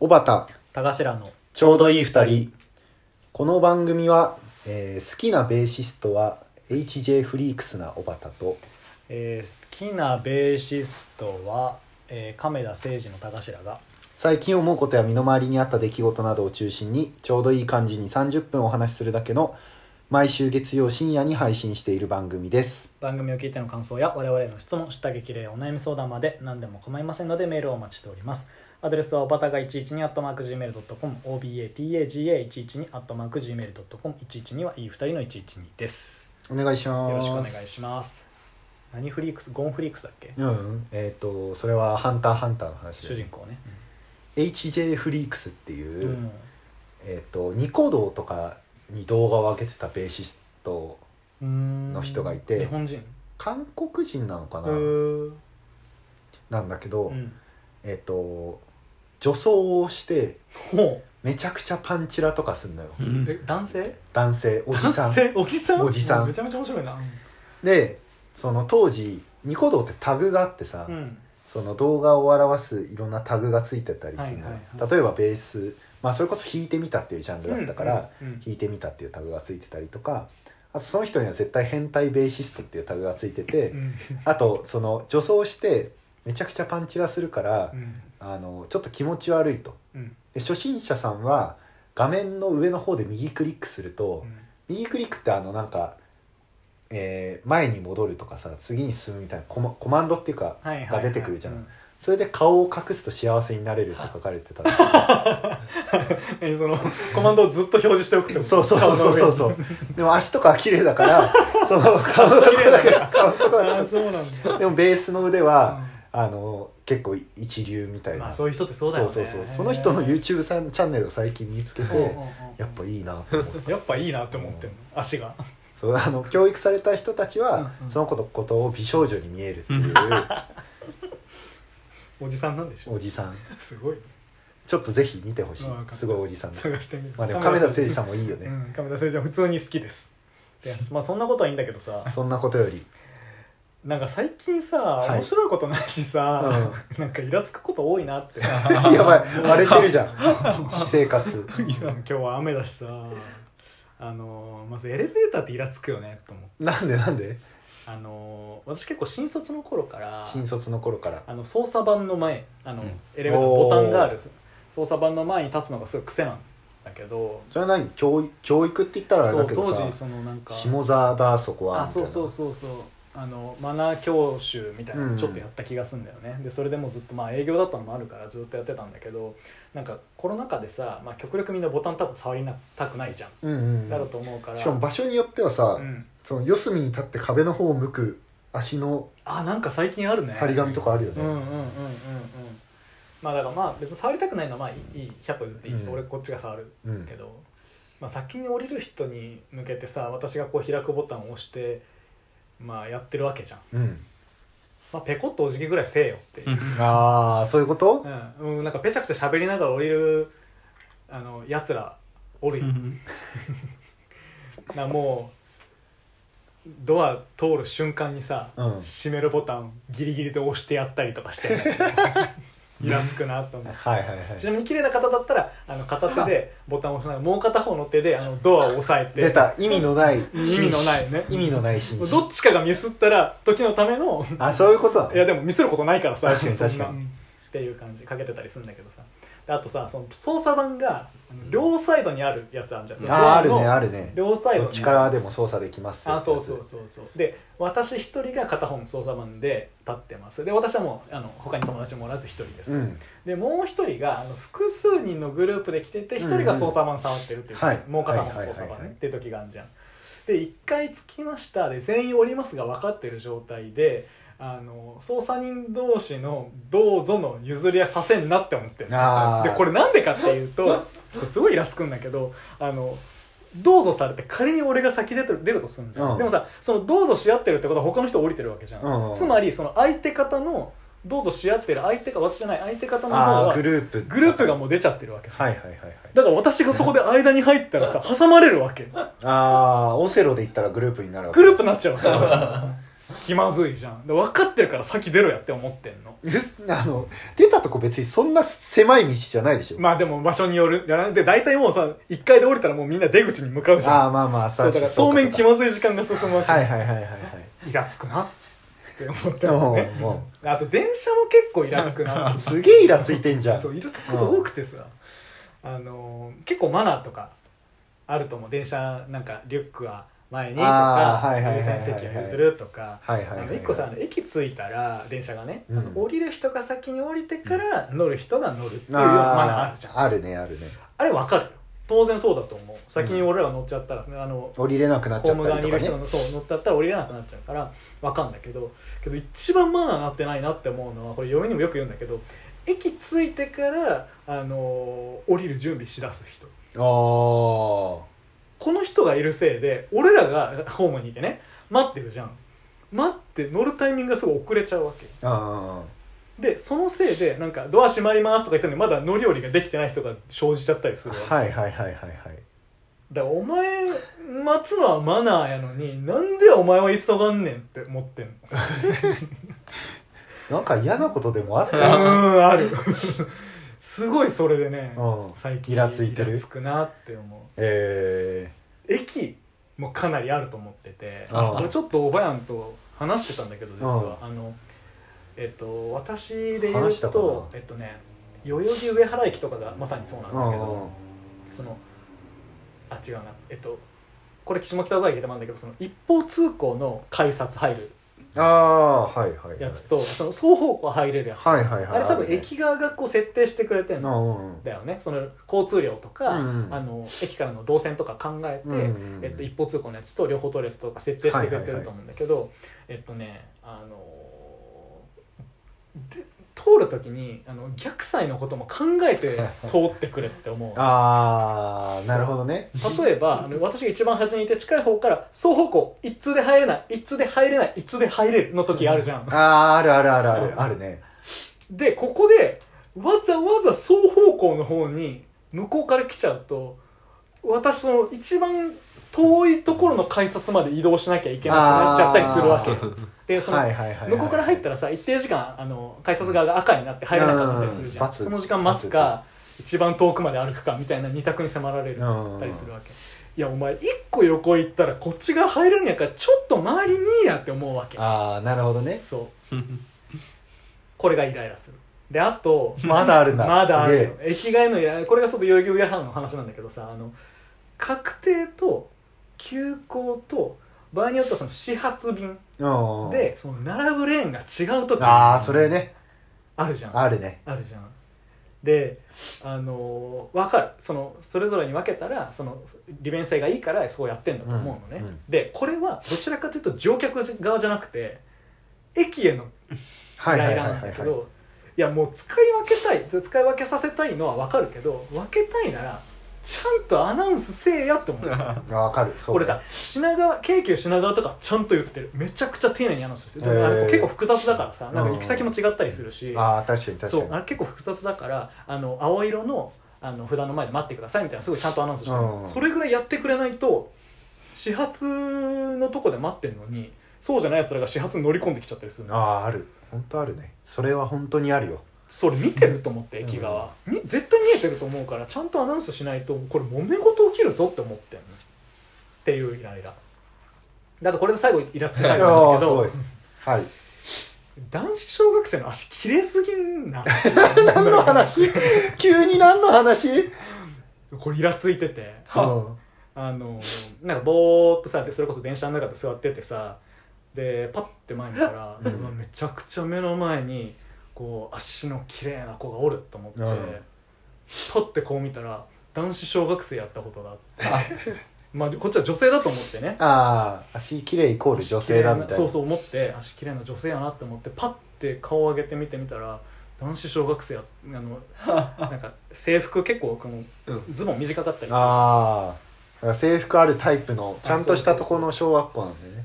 小畑田頭のちょうどいい二人この番組は、えー好きなベーシストは HJ フリークスな小畑とえー好きなベーシストは、えー亀田誠治の田頭が最近思うことや身の回りにあった出来事などを中心にちょうどいい感じに30分お話しするだけの毎週月曜深夜に配信している番組です番組を聞いての感想や我々への質問下激励お悩み相談まで何でも構いませんのでメールをお待ちしておりますアドレスはおばたが112 at mark gmail.com obataga112 at mark gmail.com 112はいい二人の112ですお願いしますよろしくお願いします何フリークスゴンフリークスだっけうんえっ、とそれは「ハンターハンター」の話で主人公ね HJ フリークスってういう、んえっ、とニコ動とかに動画を上げてたベーシストうんの人がいて日本人韓国人なのかうな、ーなんだけど、うんえっ、と女装をしてほめちゃくちゃパンチラとかすんのよ、うえ男性男性おじさ男ん性おじさんおじさんめちゃめちゃ面白いなでその当時ニコ動ってタグがあってさ、うんその動画を表すいろんなタグがついてたりするのよ、はいはいは例えばベース、まあ、それこそ弾いてみたっていうジャンルだったから、うんうん弾いてみたっていうタグがついてたりとかあとその人には絶対変態ベーシストっていうタグがついてて、うんあとその女装してめちゃくちゃパンチラするから、うんあのちょっと気持ち悪いとうんで初心者さんは画面の上の方で右クリックすると、右クリックってあのなんか、えー前に戻るとかさ次に進むみたいなコマコマンドっていうかはいはいが出てくるじゃん、うそれで顔を隠すと幸せになれるって書かれてたん だえそのコマンドをずっと表示しておくっけてこどとそうそうそうそうそうそうでも足とかは綺麗だから その顔のとこ綺麗だだけから顔のとこだあーそうなんけだでもベースの腕は、あの結構一流みたいな、まあそういう人ってそうだよねそうそうそうその人の YouTube さんチャンネルを最近見つけて、うんうんうんやっぱいいなと思ってやっぱいいなって思ってんの足がそうあの教育された人たちは、うんうんその子のことを美少女に見えるって いうおじさんなんでしょおじさんすごいちょっとぜひ見てほしいあわかったすごいおじさん探してみるまあでも亀田誠治治さんもいいよね、うん亀田誠治は普通に好きですでまあそんなことはいいんだけどさそんなことよりなんか最近さ、い面白いことないしさ、 なんかイラつくこと多いなっ ていやばい荒れてるじ ゃん私生活や今日は雨だしさあのーまずエレベーターってイラつくよねと思ってなんでなんであのー私結構新卒の頃から新卒の頃からあの操作盤の前あの、うんエレベーターのボタンがある操作盤の前に立つのがすごい癖なんだけどそれは何教育教育って言ったらあれそだうけ当ど時さそのなんか下座だそこはあそうそうそそうそうあのマナー教習みたいなうのんちょっとやった気がするんだよね、でそれでもうずっとまあ営業だったのもあるからずっとやってたんだけどなんかコロナ禍でさ、まあ、極力みんなボタンタップ触りなたくないじゃん、ううんだろううと思うからんしかも場所によってはさ、うん、その四隅に立って壁の方を向く足のあなんか最近あるね張り紙とかあるようね、んうんうんうんうんまあだからまあ別に触りたくないのはまあいいいい100歩譲っていいし、うん俺こっちが触るうんけど、まあ、先に降りる人に向けてさ私がこう開くボタンを押してまあやってるわけじゃん、うん、まあ、ペコッとお辞儀ぐらいせえよっていうああそういうこと、うん、うん、なんかペチャクチャ喋りながら降りるあのやつらおるよなもうドア通る瞬間にさ、うん閉めるボタンギリギリで押してやったりとかして ねイラつくなと思うはいはいはちいなみに綺麗な方だったらあの片手でボタンを押しながらもう片方の手であのドアを押さえて出た意味のない意味のないね意味のない紳士どっちかがミスったら時のためのあそういうことだいやでも見せることないからさ確かにそんな確かにうんっていう感じかけてたりするんだけどさであとさその操作盤があの両サイドにあるやつあるじゃんあーあるドアねのあるね両サイドどっにちからでも操作できますよあそうそうそうそうで私一人が片方の操作盤で立ってますで私はもうあの他に友達もおらず一人です、うんでもう一人があの複数人のグループで来てて一人が操作盤触ってるっていう、はいもう片方の操作はいはい盤はいねはいっていう時があるじゃんで1回着きましたで全員降りますが分かってる状態であの操作人同士のどうぞの譲り合いさせんなって思ってるあーでこれなんでかっていうとこれすごいイラつくんだけどあのどうぞされて仮に俺が先出てる出るとすんじゃん、うんでもさそのどうぞし合ってるってことは他の人降りてるわけじゃん、うんうんつまりその相手方のどうぞし合ってる相手か私じゃない相手方の方あはあグループグループがはもう出ちゃってるわけいじゃんはいはいはいだから私がそこで間に入ったらさ挟まれるわけああオセロで言ったらグループになるわけグループになっちゃうわけ気まずいじゃんで分かってるから先出ろやって思ってんの あの出たとこ別にそんな狭い道じゃないでしょ、まあでも場所によるやらんで大体もうさ1階で降りたらもうみんな出口に向かうじゃんああまあまあそうだから当面気ままずい時間が進むわけ、はいはいはいはいはいイラつくなって思ってでももねもあと電車も結構イラつくなっうて すげえイラついてんじゃんそうイラつくこと多くてさ、あのー結構マナーとかあると思う電車なんかリュックは前にとあーかはいはいはい優はいはい先席を譲るとかはいはいあはいの一個さあの駅着いたら電車がね、あのうん降りる人が先に降りてから乗る人が乗るっていうマナーあるじゃんああるねあるねれ分かるよ当然そうだと思う先に俺らが乗っちゃったら、あの降りれなくなっホちゃっームた側にりといるかね人のそう乗ったったら降りれなくなっちゃうからわかんだけどけど一番マナーなってないなって思うのはこれ嫁にもよく言うんだけど駅着いてから、あのー降りる準備しだす人あーこの人がいるせいで俺らがホームにいてね待ってるじゃん待って乗るタイミングがすごい遅れちゃうわけあーでそのせいでなんかドア閉まりますとか言ったのにまだ乗り降りができてない人が生じちゃったりするわけはいはいはいはいはいだからお前待つのはマナーやのになんでお前は急がんねんって思ってんのなんか嫌なことでもあっうたーんあるすごいそれでねうん最近イラついてるイラつくなって思えう駅もかなりあると思っててああ俺ちょっとおばやんと話してたんだけど実はあのえっと私で言う話したかなとえっとね代々木上原駅とかがまさにそうなんーだうけんうんどそのあ違うなえっとこれ下北沢駅でもあるんだけどその一方通行の改札入るああはいはいはいやつとその双方向入れるやつはいはいはいあれ多分駅側がこう設定してくれてんうんのうんだよねその交通量とか、うんうんあの駅からの動線とか考えて、うんうんうんえっと、一方通行のやつと両方取るやつとか設定してくれてはいはいはるいと思うんだけど、えっとねあのーで通る時にあの逆歳のことも考 えて通ってくれって思うああなるほどね例えばあの私が一番端にいて近い方から双方向一通で入れない一通で入れない一通で入れるの時あるじゃん、ああーあるあるあるあるあるねでここでわざわざ双方向の方に向こうから来ちゃうと私の一番遠いところの改札まで移動しなきゃいけなくなっちゃったりするわけあでその、はいはいはいはい向こうから入ったらさ一定時間あの改札側が赤になって入れなかったりするじゃうんんバツその時間待つか一番遠くまで歩くかみたいな二択に迫られるうんたりするわけいやお前一個横行ったらこっちが入るんやからちょっと周りにいいやって思うわけああなるほど ねそう これがイライラするであとまだあるんだまだあすげるえよ駅替えのイライラこれがちょっと代々木上原の話なんだけどさあの確定と急行と場合によってはその始発便うんうんでその並ぶレーンが違う時ああそれねあるじゃんああるねるじゃんであのー、分かるそのそれぞれに分けたらその利便性がいいからそうやってんだと思うのね、うんうんでこれはどちらかというと乗客側じゃなくて駅へのはいイはラいイラはいなはんだいけはいどいやもう使い分けたい使い分けさせたいのは分かるけど分けたいならちゃんとアナウンスせえやって 思うあわかるそう俺さ品川京急品川とかちゃんと言ってるめちゃくちゃ丁寧にアナウンスしてるでへもーあれ結構複雑だからさなんかうん行き先も違ったりするしああ確かに確かそにうあれ結構複雑だからあの青色のあの札の前で待ってくださいみたいなすごいちゃんとアナウンスしてるうんそれぐらいやってくれないと始発のとこで待ってんのにそうじゃないやつらが始発に乗り込んできちゃったりするのああある本当あるねそれは本当にある よそれ見てると思って駅側、み絶対見えてると思うからちゃんとアナウンスしないとこれ揉め事起きるぞって思ってんのっていうイライラだとこれで最後イラつく最後なああんだけすごどいはい男子小学生の足切れすぎん な何の話急に何の話うんこれイラついててあのなんかぼーっとさでそれこそ電車の中で座っててさでパッて前見たら、うんうわめちゃくちゃ目の前にこう足の綺麗な子がおると思って、うんパッてこう見たら男子小学生やったことがあってまあこっちは女性だと思ってねああ足綺麗イコール女性だみたいなそうそう思って足綺麗な女性やなって思ってパッて顔を上げて見てみたら男子小学生や あのなんか制服結構このうんズボン短かったりさああ制服あるタイプのちゃんとしたとこの小学校なんだよね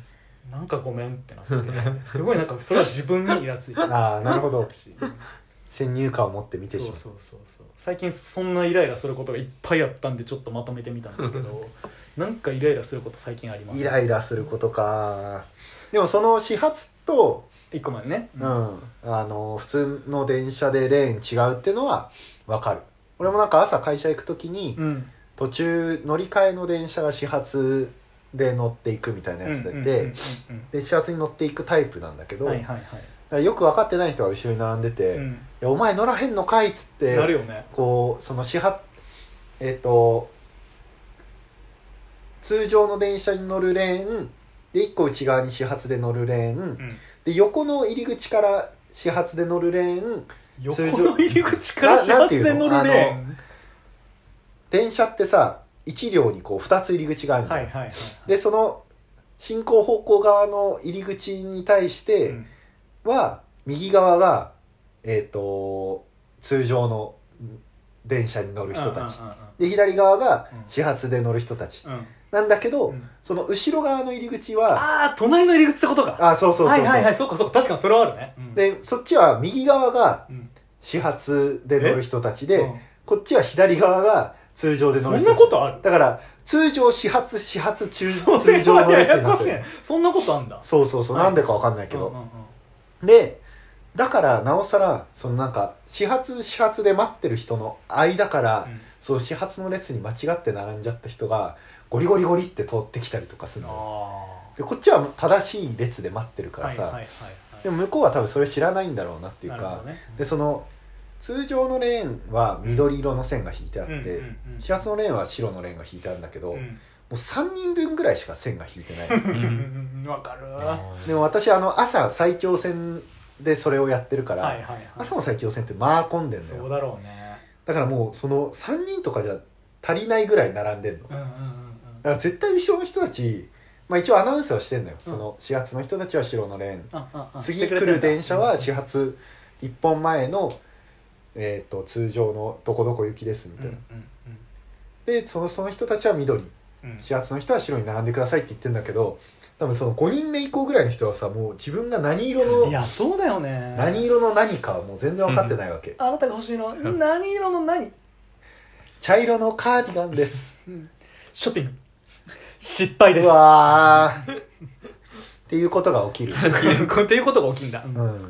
なんかごめんってなってすごいなんかそれは自分にイラついてる ああなるほどし先入観を持って見てそうしまそううそうそう最近そんなイライラすることがいっぱいあったんでちょっとまとめてみたんですけどなんかイライラすること最近ありますイライラすることかでもその始発と、一個までね、うんあの普通の電車でレーン違うっていうのは分かる俺もなんか朝会社行く時に、うん途中乗り換えの電車が始発で乗っていくみたいなやつで、うんでうんうんで始発に乗っていくタイプなんだけうど、んはいはいはい、だからよく分かってない人が後ろに並んでて「ういん、やお前乗らへんのかい」っつってなるよねこうその始発えっ、と通常の電車に乗るレーンで1個内側に始発で乗るレーン、うんで横の入り口から始発で乗るレーン横通常の入り口から始発で乗るななんてレいーうン電車ってさ1両にこう2つ入り口があるじゃん、はいはいはいはいでその進行方向側の入り口に対してうんは、右側がえっ、と通常の電車に乗る人たち、うで左側がうん始発で乗る人たち、んうんうんなんだけど、うんうんその後ろ側の入り口はああ隣の入り口ってことかあそうそうそうそう、はいはいはいそうかそうか確かにそれはあるね、うん、でそっちは右側がうん始発で乗る人たちで、うんこっちは左側が通常で乗そるん人たなちことあるだから通常始発始発中そん通常の列にななってるそんなことあんだそうそうそう、はいなんでかわかんないけうどんう、んうんでだからなおさらそのなんか始発始発で待ってる人の間から、うんその始発の列に間違って並んじゃった人がゴリゴリゴリって通ってきたりとかするのあでこっちは正しい列で待ってるあからさ、はいはいはいはいでも向こうは多分それ知らないんだろうなっていうなるかほ、どねでその通常のレーンは緑色の線が引いてあって、うんうんうん始発のレーンは白のレーンが引いてあるんだけど、うもんう3人分ぐらいしか線が引いてないうんわかるは でも私あの朝埼京線でそれをやってるかいら、はいはい朝の埼京線ってまあ混んでんのそようだろうねだからもうその3人とかじゃ足りないぐらい並んでんのだうんうんうんうんから絶対後ろの人たち、まあ、一応アナウンスはしてんのよ、その始発の人たちは白のレーンあああ次来る電車は始発発1本前の、えー、と通常のどこどこ行きですみたいな、でそのその人たちは緑始発の人は白に並んでくださいって言ってんだけど多分その5人目以降ぐらいの人はさもう自分が何色のいやそうだよね何色の何かはもう全然分かってないわけ、あなたが欲しいのは何色の何茶色のカーディガンですショッピング失敗ですうわーっていうことが起きる、っていうことが起きんだううんん、だか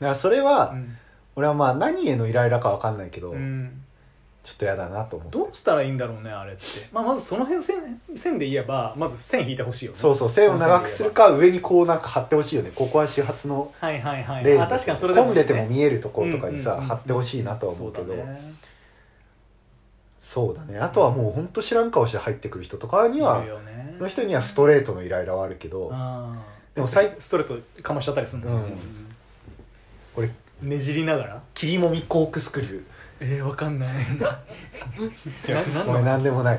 らそれは、うん俺はまあ何へのイライラか分かんないけど、うんちょっと嫌だなと思ってどうしたらいいんだろうねあれって、まあ、まずその辺線線で言えばまず線引いてほしいよねそうそう線を長くするか上にこうなんか貼ってほしいよねここは始発のはいはいはいレーンあ確かにそれで混んでてもね見えるところとかにさ、うんうんうん貼ってほしいなとは思うけどそだねそうだねあとはもうほんと知らん顔して入ってくる人とかにはいるよねの人にはストレートのイライラはあるけどあーでも最ストレートかましちゃったりするうん俺ねじりながら霧もみコークスクリューえー、わかんない なごめなんんだ何でもない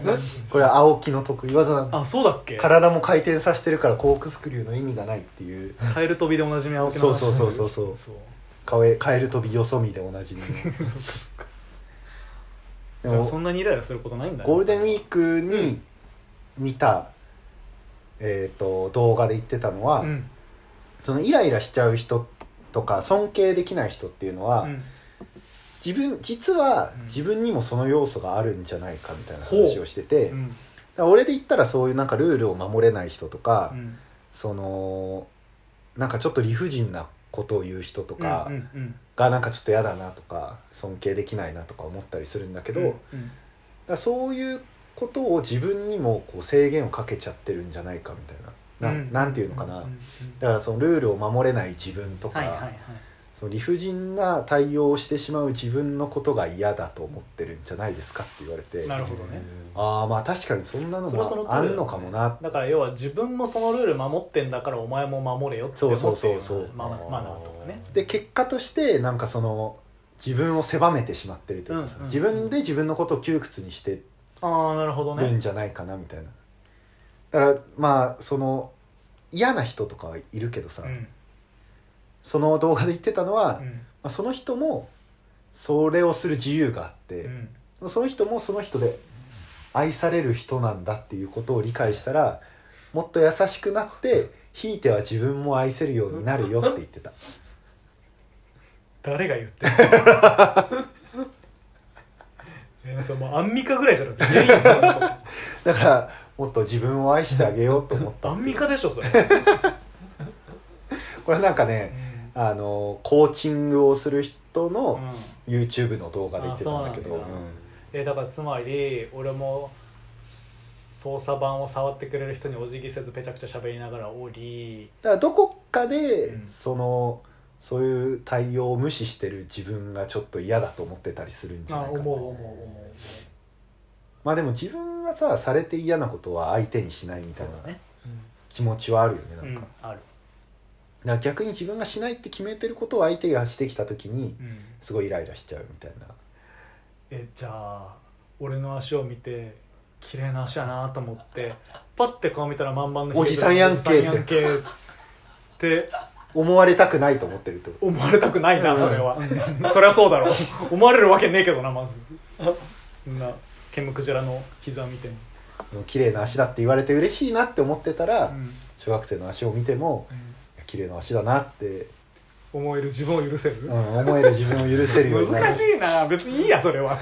これは青木の得意技なのあそうだっけ体も回転させてるからコークスクリューの意味がないっていうカエル飛びでおなじみ青木の話そうそうそうそうそカエカエル飛びよそ見でおなじみのうでじ ゃあもそんなにイライラすることないんだねゴールデンウィークに見た、えー、と動画で言ってたのは、うんそのイライラしちゃう人とか尊敬できない人っていうのは、うん自分実はうん自分にもその要素があるんじゃないかみたいなほう話をしてて、うだかんら俺で言ったらそういうなんかルールを守れない人とか、うんそのなんかちょっと理不尽なことを言う人とかうんうんがなんかちょっと嫌だなとか尊敬できないなとか思ったりするんだけけど、うんだからそういうことを自分にもこう制限をかけちゃってるんじゃないかみたいなな,、ん、なんていうのかな、うんうんうんだからそのルールを守れない自分とか、はいはいはいその理不尽な対応をしてしまう自分のことが嫌だと思ってるんじゃないですかって言われてなるほどねああまあ確かにそんなのそれはその通もりだあよんねのかもなだから要は自分もそのルール守ってんだからお前も守れよってそ思うってそうるそようそううなマナーマナーとかねで結果としてなんかその自分を狭めてしまってるというかさ、うんうんうん自分で自分のことを窮屈にしてああなるほどるんねじゃないかなみたいなだからまあその嫌な人とかはいるけどさ、うんその動画で言ってたのは、まうんあ、その人もそれをする自由があって、うんその人もその人で愛される人なんだっていうことを理解したらもっと優しくなってひいては自分も愛せるようになるよって言ってた誰が言ってる えーそれもうアンミカぐらいじゃなくて言えんよそんなこだからもっと自分を愛してあげようと思っとた アンミカでしょそれこれはなんかねあのコーチングをする人うんうのん YouTube の動画で言ってたんだけどあそうなんだえだからつまり俺も操作盤を触ってくれる人にお辞儀せずぺちゃくちゃ喋りながらおりだからどこかで、うんそのそういう対応を無視してる自分がちょっと嫌だと思ってたりするんじゃあない思かうな思う思まあでも自分がさされて嫌なことは相手にしないみうたそいうなだね気持ちはあるよねなんうか,、だかんあるら逆に自分がしないって決めてることを相手がしてきた時にうんすごいイライラしちゃうみたいなえじゃあ俺の足を見て綺麗な足やなと思ってパッて顔見たら満々のおじさんやんけっておじさんやんけって思われたくないと思ってるってこと思われたくないなそれはそれはそうだろう思われるわけねえけどなま ずそんなケムクジラの膝見ても、でも綺麗な足だって言われて嬉しいなって思ってたら、うん小学生の足を見てもいや綺麗な足だなって、思える自分を許せる、うん、思える自分を許せるようになる難しいな別にいいやそ れは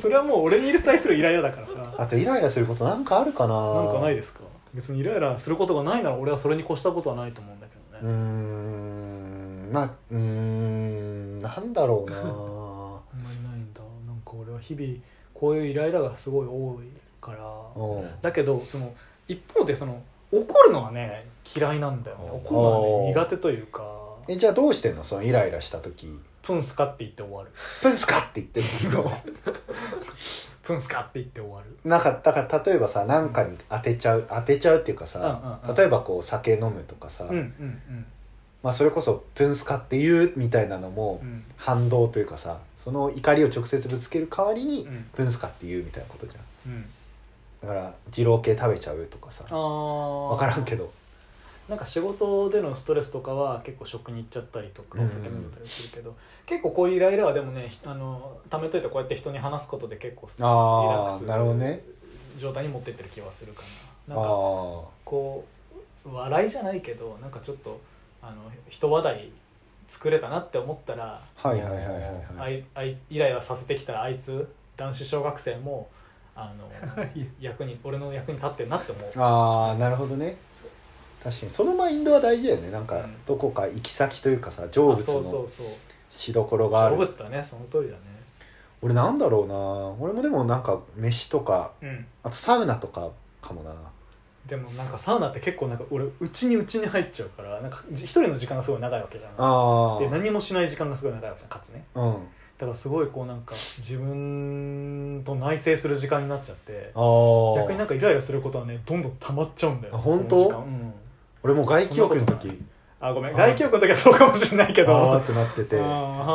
それはもう俺に対するイライラだからさあとイライラすることなんかあるかななんかないですすか別にイライラすることがないなら俺はそれに越したことはないと思うんだけどうね、ーんまあうーんなんだろう なあんまりないんだなんか俺は日々こういうイライラがすごい多いからおうだけどその一方でその怒るのはね嫌いなんだよね怒るのはねあー苦手というかえじゃあどうしてんのそのイライラした時プンスカって言って終わる「プンスカ!」って言ってるの プンスカって言って終わる なんかだから例えばさなんかに当てちゃう当てちゃうっていうかさ、うんうんうん例えばこう酒飲むとかさ、うんうんまあ、それこそ「プンスカ!」って言うみたいなのもうんうん反動というかさその怒りを直接ぶつける代わりにうん「プンスカ!」って言うみたいなことじゃんうんだから二郎系食べちゃうとかさああ分からんけどなんか仕事でのストレスとかは結構食に行っちゃったりとかうんお酒飲んだりするけど、結構こういうイライラはでもねひあの貯めといてこうやって人に話すことで結構スリラッあクあスなるほどね状態に持ってってる気はするかななんかあこう笑いじゃないけどなんかちょっとあの人話題作れたなって思ったら、あはいはいはいはいあはいいあいイライラさせてきたあいつ男子小学生もあの 役に俺の役に立ってるなって思う。ああなるほどね確かにそのマインドは大事だよねなんうかんどこか行き先というかさ成あ仏そうそのうそうしどころがあ動る物だねその通りだね俺なんだろうな俺もでもなんか飯とかうんあとサウナとかかもなでもなんかサウナって結構なんか俺うちにうちに入っちゃうからなんか一人の時間がすごい長いわけじゃんあで何もしない時間がすごい長いわけじゃんかつねあうんだからすごいこうなんか自分と内省する時間になっちゃってあ逆になんかイライラすることはねどんどん溜まっちゃうんだよあね本当その時間うん俺もう外気浴の時そんあごめんあ外気浴の時はそうかもしれないけどあああってなっててあ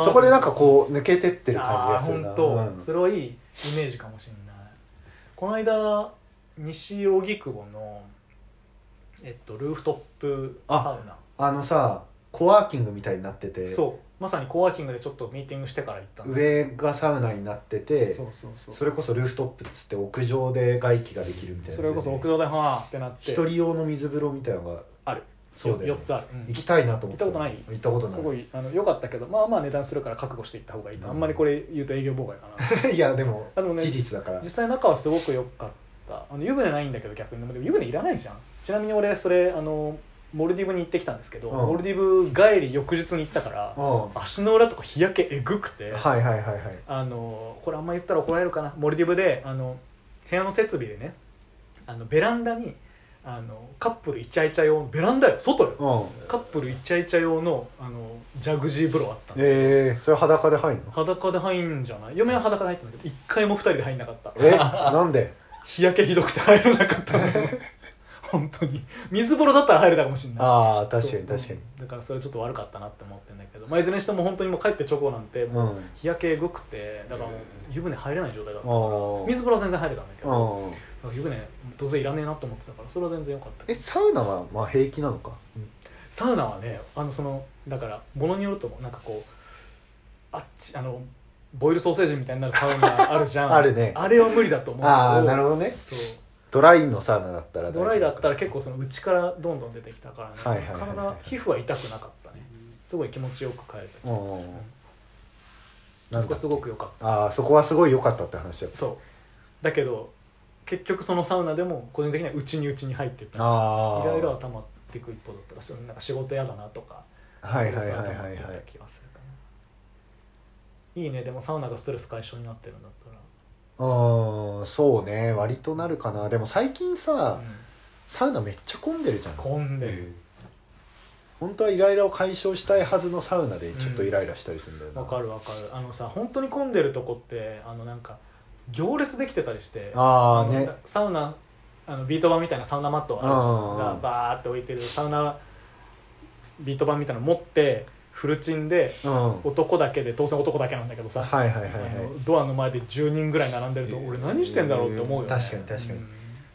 ーそこでなんかこう抜けてってる感じあがーするな本当、うんそれはいいイメージかもしれないこの間西荻窪のえっとルーフトップサウナあのさコワーキングみたいになっててそうまさにコワーキングでちょっとミーティングしてから行ったんだ上がサウナになっててそうそうそうそれこそルーフトップっつって屋上で外気ができるみたいなやつそでれこそ屋上ではーってなっ一て人用の水風呂みたいなのがあるそうだよ、 4つある、うん行きたいなと思って行ったことない行ったことないすごいあの良かったけどまあまあ値段するから覚悟していった方がいいと、あんまりこれ言うと営業妨害か ないやでもあでもね事実だから実際中はすごく良かったあの湯船ないんだけど逆にでも湯船いらないじゃんちなみに俺それあのモルディブに行ってきたんですけど、うんモルディブ帰り翌日に行ったから、うんは足の裏とか日焼けえぐくいてはいはいはいあのこれあんま言ったら怒られるかなモルディブであの部屋の設備でねあのベランダにあのカップルイチャイチャ用のベランダよ外ようんカップルイチャイチャ用のあのジャグジー風呂あったのえー、それ裸で入んの裸で入んじゃない嫁は裸で入ったんだけど一回も二人で入んなかった えなんで日焼けひどくて入れなかっ たのよ本当に水風呂だったら入れたかもしれないああ確かにそう確かにうんだからそれちょっと悪かったなって思ってんだけど、まあ、いずれにしても本当にもう帰って直後なんてうもうん日焼けえぐくてだからもう湯船入れない状態だったあ水風呂は全然入れたんだけどあだから湯船どうせいらねえなと思ってたからそれは全然良かったえサウナはまあ平気なのかサウナはねあのそのだからものによるとなんかこうあっちあのボイルソーセージみたいになるサウ ナあるじゃんあるねあれは無理だと思うああなるほほどねそうドライのサウナだったら大丈夫ドライだったら結構その内からどんどん出てきたからね、はいはいはいはい体皮膚は痛くなかったねすごい気持ちよく帰れた気がするうんうんそこすごくく良かっああそこはすごい良かったって話だったそうだけど結局そのサウナでも個人的にはうちにうちに入ってたああいろいろは溜まっっていく一方だったらそのなんか仕事嫌だなとかはいストはレいスはだいとはい思ってたはい気がするかな、いいねでもサウナがストレス解消になってるんだったらうんそうね割となるかなでも最近さサウナめっちゃ混んでるじゃん混んでる本当はイライラを解消したいはずのサウナでちょっとイライラしたりするんだよな、わかるわかるあのさ本当に混んでるとこってあのなんか行列できてたりしてあああのねサウナあのビート板みたいなサウナマットあるじゃうんうんうんんがバーって置いてるサウナビート板みたいなの持ってフルチンでうんはい男だけで当然男だけなんだけどさ、はいはいはいあのドアの前で10人ぐらい並んでるとえー俺何してんだろうって思うよ、ね、確かに確かに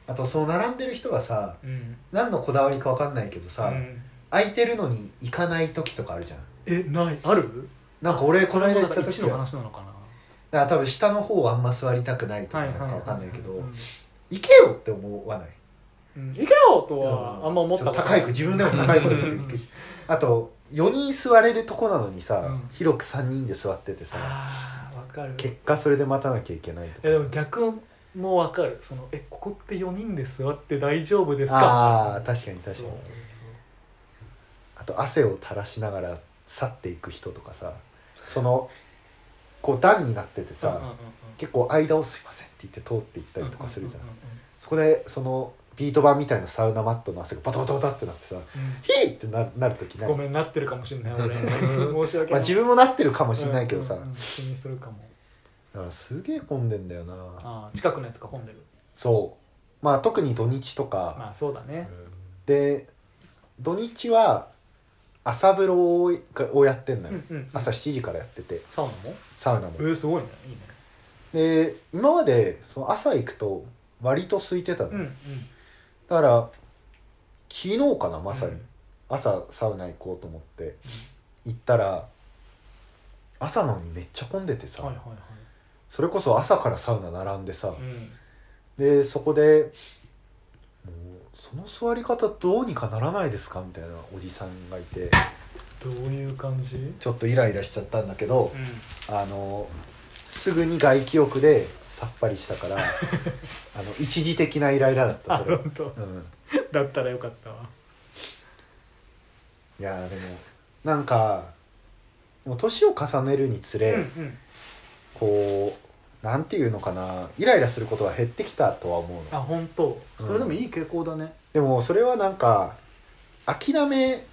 あとその並んでる人がさうん、うん何のこだわりか分かんないけどさ、うん空いてるのに行かない時とかあるじゃんえないあるなんか俺この間行だっかたら1時のは話なのかなだから多分下の方はあんま座りたくないとかはいなはんいか分かんないけど、うん行けよって思わないうん行けよとはあんま思ったちょことと高い自分でも 高いこと言ってびっくりしたあと4人座れるとこなのにさ、うん広く3人で座っててさああわかる結果それで待たなきゃいけないとかえでも逆もわかるそのえここって4人で座って大丈夫ですあかあ確かに確かそうにそうあと汗を垂らしながら去っていく人とかさそ のこう段になっててそうさ、うんうんうんうん結構間を「すいません」って言って通っていったりとかするじゃん,、ううそこでそのビート板みたいなサウナマットの汗がバタバタバタってなってさうんうん「ヒー!」ってななる時うなんいごめんなってるかもしれない 俺申しま訳なあい自分もなってるかもしれないけどさ、うんうんうん気にするかもだからすげえ混んでんだよなあー近くのやつが混んでるそうまあ特に土日とか、まあそうだねで土日は朝風呂ををやってんのうんよ、うんうん朝7時からやっててサウナもサウナもえーすごいねいいねで今までその朝行くと割と空いてたの、うんうんだから昨日かなまさに、うん朝サウナ行こうと思って行ったら朝なのにめっちゃ混んでてさ、はいはいそれこそ朝からサウナ並んでさ、はいうんでそこでもうその座り方どうにかならないですかみたいなおじさんがいてどういう感じうんちょっとイライラしちゃったんだけど、あのすぐに外気浴でさっぱりしたからあ の一時的なイライラだったあそれ、う本当ん、だったらよかったわいやーでもなんかでも年を重ねるにつうれ、んうんこうなんていうのかなイライラすることは減ってきたとは思うあの本当うんそれでもいい傾向だねでもそれはなんか諦め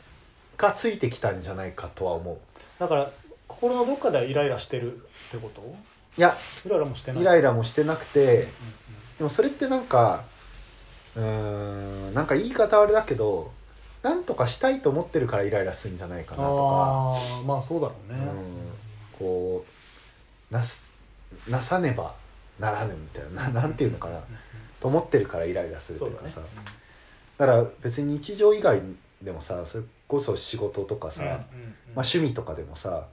がついてきたんじゃないかとは思うだから心のどっかではイライラしてるってこといやイライラもしてないイライイラもしてなくてラでもそれってなんかうーんなんか言い方あれだけどなんとかしたいと思ってるからイライラするんじゃないかなとああまあそうだろうか、ねうん、こうなすなさねばならぬみたいなななんていうのかなと思ってるからイライラするとそいううだかねさだ,、から別に日常以外でもさそれこそ仕事とかさ、うんうんまあ、趣味とかでもさ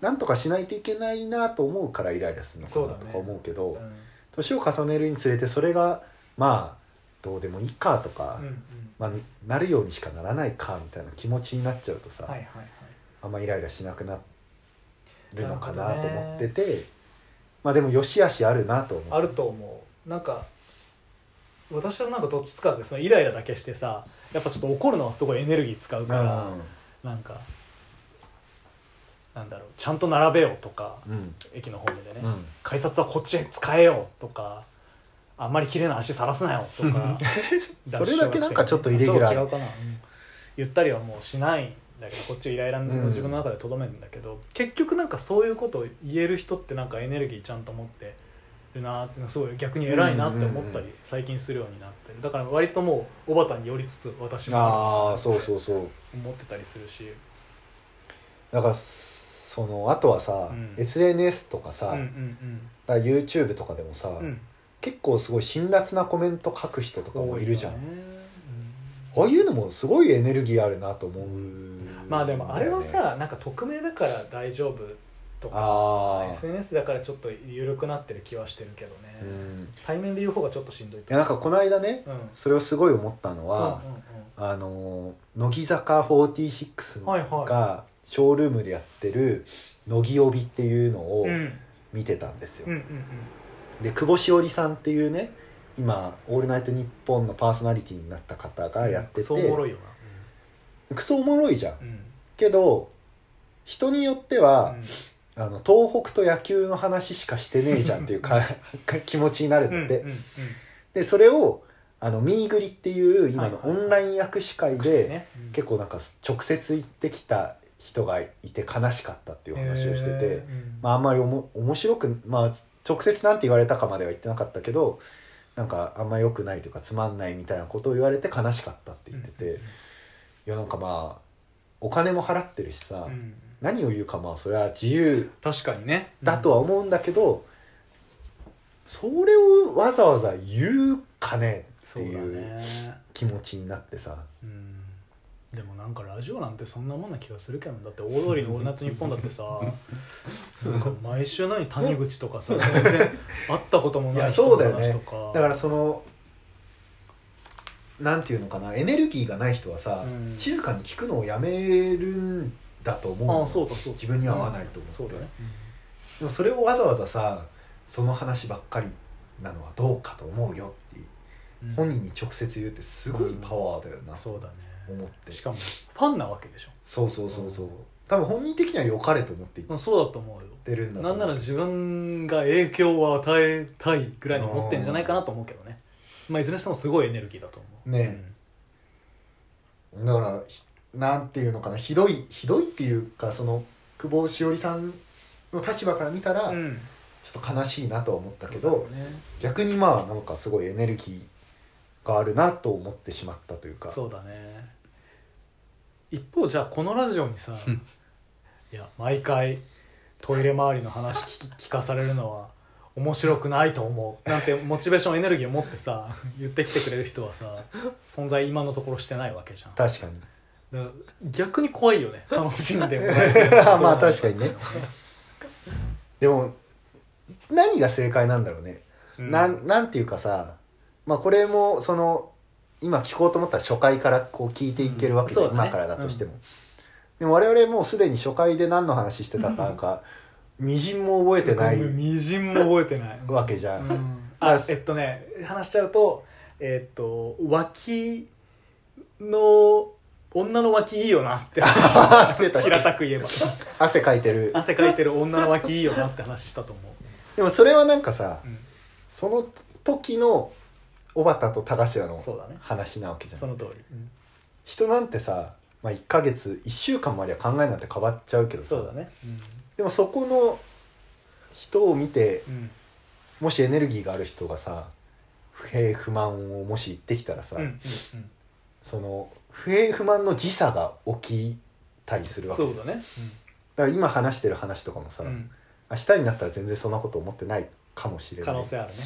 なんとかしないといけないなと思うからイライラするのかなそうだとねか思うけどうん年を重ねるにつれてそれがまあどうでもいいかとか、うんうんまあ、なるようにしかならないかみたいな気持ちになっちゃうとさ、はいはいはいあんまイライラしなくなるのかななとるほどね思ってて、まあでも良し悪しあるなと思うあると思うなんか私はなんかどっちつかずでそのイライラだけしてさやっぱちょっと怒るのはすごいエネルギー使ううから、なんかなんだろうちゃんと並べようとかんうん駅のホームでね、うん改札はこっちへ使えよとかあんまり綺麗な足さらすなよとかそれだけなんかちょっとイレギュラーちょっと違うかな、うん言ったりはもうしないんだけどこっちをイライラうんの自分の中でとどめるんだけど、結局なんかそういうことを言える人ってなんかエネルギーちゃんと持ってるなってすごい逆に偉いなって思うったんうんうんうり最近するようになってるだから割ともうおばたに寄りつつ私もああそうそうそう思ってたりするしだからそのあとはさ、うん SNS とかさ、うんうだんから YouTube とかでもさ、うんうん結構すごい辛辣なコメント書く人とかもいるじゃん、多よねああいうのもすごいエネルギーあるなと思う、まあでもあれはさなんか匿名だから大丈夫とかああ SNS だからちょっと緩くなってる気はしてるけどね、うん対面で言う方がちょっとしんどいいやなんかこの間ねうんうんそれをすごい思ったのは、うあの乃木坂46はいはいがショールームでやってる乃木帯っていうのをんうんうん見てたんですよ、うんうんで久保しおりさんっていうね今「オールナイトニッポン」のパーソナリティになった方がやってて、そうおもろいよなクソおもろいじゃんうんけど人によっては、あの東北と野球の話しかしてねえじゃんっていうか 気持ちになるうんんで、うんうんうんでそれをあのミーグリっていう今のはいオはいはいンライン握手会でねうん結構なんか直接行ってきた人がいて悲しかったっていう話をしてて、へーうんまああんまりおも面白くまあ直接なんて言われたかまでは言ってなかったけどなんかあんま良くないというかつまんないみたいなことを言われて悲しかったって言ってて、うんいやなんかまあお金も払ってるしさ、うんうん何を言うかまあそれは自由確かにねだとは思うんだけど、それをわざわざ言うかねってそうだいうね気持ちになってさ、うんでもなんかラジオなんてそんなもんな気がするけどだって大通りの「オールナイトニッポン」だっ てさなんか毎週何谷口と かさ全然会ったこともない人の話とかだからそのなんていうのかなエネルギーがない人はさ、うん静かに聞くのをやめるんだと思うのああそうだそうだ自分には合わないと思ってそうだねでもそれをわざわざさその話ばっかりなのはどうかと思うよっていううん本人に直接言うってすごいパワーだよな、そうだね思ってしかもファンなわけでしょそうそうそうそう多分本人的には良かれと思って言っうんそうだと思うよてるんだと思なうんなら自分が影響を与えたいぐらいに思ってんじゃないかなと思うけどねまあいずれにしてもすごいエネルギーだと思うねだからひなんていうのかなひどいひどいっていうかその久保しおりさんの立場から見たら、うんちうんょっと悲しいなとは思ったけそうど、だよね逆にまあなんかすごいエネルギーがあるなと思ってしまったというかそうだね一方じゃあこのラジオ にさいや毎回トイレ周りの話聞き聞かされるのは面白くないと思うなんてモチベーションエネルギーを持っ てさ言ってきてくれる人はさ存在今のところしてないわけじゃんだか確かにら逆に怖いよね楽しんでもらえる まあ確かにねでも何が正解なんだろうね、うんなんなんていうかさまあこれもその今聞こうと思ったら初回からこう聞いていけるわけで、うんそうだね今からだとしても、でも我々もうすでに初回で何の話してたかなん かみじんも覚えてないごめんみじんも覚えてないわけじゃん、うんだあからえっとね話しちゃうとえっと脇の女の脇いいよなって話 してた平たく言えば汗かいてる汗かいてる女の脇いいよなって話したと思でもそれはなんかさう、うんその時の小畑と高頭のそうだね話なわけじゃんその通り、人なんてさ、まあ、1ヶ月1週間もありゃ考えなんて変わっちゃうけどさそうだねでもそこの人を見てうんもしエネルギーがある人がさ不平不満をもし言ってきたらさ、うんうんその不平不満の時差が起きたりするうんわけそだうだねから今話してる話とかもさ、うんうん明日になったら全然そんなこと思ってないかもしれない可能性あるね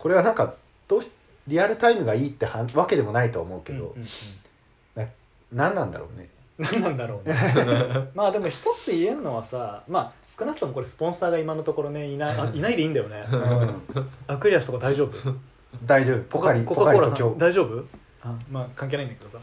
これはなんかどうしリアルタイムがいいってはんわけでもないと思うけど、うんうん何なんだろ うね何なんだろ うねまあでも一つ言えるのはさまあ少なくともこれスポンサーが今のところねいないあいないでいいんだよねアクエリアスとか大丈夫大丈夫ポカリコポカ・コカーリとラさ今ん日大丈夫あまあ関係ないんだ けどさ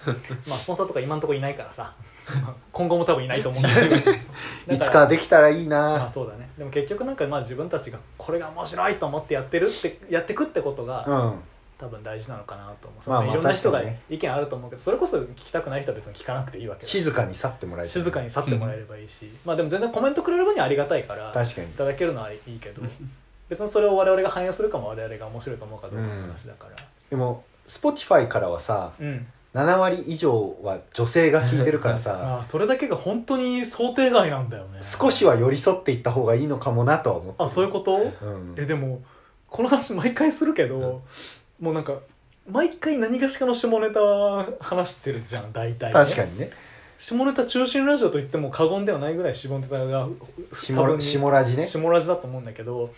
まあスポンサーとか今んとこいないからさ まあ今後も多分いないと思うんだけ どいつかできたらいいまあなそうだねでも結局なんかまあ自分たちがこれが面白いと思ってやってるってやってくってことが、うん多分大事なのかなと思う、まあまあそのいろんな人が確かにね意見あると思うけどそれこそ聞きたくない人は別に聞かなくていいわけだ静かに去ってもらいたい静かに去ってもらえればい いしまあでも全然コメントくれる分にはありがたいから確かにいただけるのはいいけど 別にそれを我々が反映するかも我々が面白いと思うかどうかの話だからでも Spotify からはさうん7割以上は女性が聞いてるからさ ああそれだけが本当に想定外なんだよね少しは寄り添っていった方がいいのかもなとは思ってるあそういうことうんえでもこの話毎回するけど、もうなんか毎回何がしかの下ネタ話してるじゃん大体、確かににね下ネタ中心ラジオと言っても過言ではないぐらい下ネタが多分下に下ラジね下ラジだと思うんだけど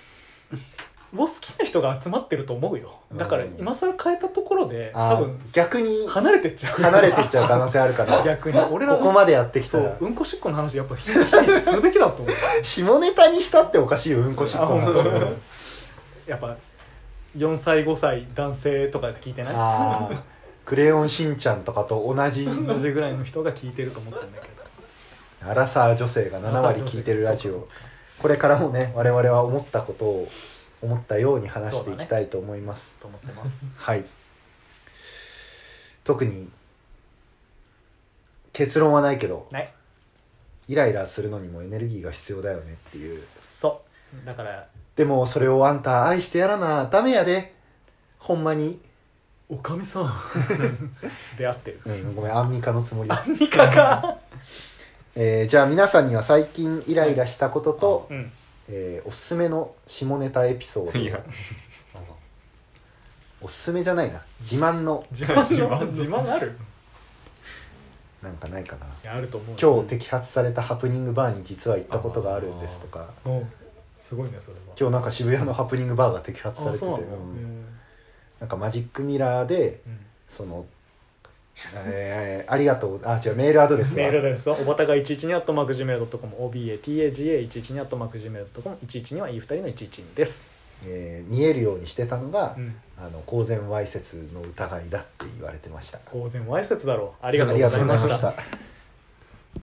もう好きな人が集まってると思うよだからうん今更変えたところで多あ分逆に離れてっちゃう離れていっちゃう可能性あるから 逆に俺らここまでやってきたそらううんこしっこの話やっぱひひすべきだと思う下ネタにしたっておかしいようんこしっこのあ話本当やっぱ4歳5歳男性とかで聞いてな いあークレヨンしんちゃんとかと同じ同じぐらいの人が聞いてると思ったんだけどアラサー女性が7割聞いてるラジそうかオこれからもね我々は思ったことを思ったように話していきたいと思います、そうかと思ってますはい特に結論はないけどないイライラするのにもエネルギーが必要だよねっていうそうだからでもそれをあんた愛してやらなダメやでほんまに、おかみ さん出会ってるうん、ごめんアンミカのつもり、ミカかえーじゃあ皆さんには最近イライラしたことと、うんえーおすすめの下ネタエピソードいやおすすめじゃないな自慢の自慢自慢の自慢あるなんかないかないやあると思う今日摘発されたハプニングバーに実は行ったことがあるんですとかうんすごいねそれは今日なんか渋谷のハプニングバーが摘発されあててそうなうのんなんかマジックミラーでその、えーありがとうあ違うメールアドレスはメールアドレスはおばたが11にアットマーク Gmail.com obatagaga11 にアットマーク Gmail.com 11にはいい2人の112ですえー見えるようにしてたのが、うんあの公然わいせつの疑いだって言われてました公然わいせつだろうありがとうございまありしがたとうございました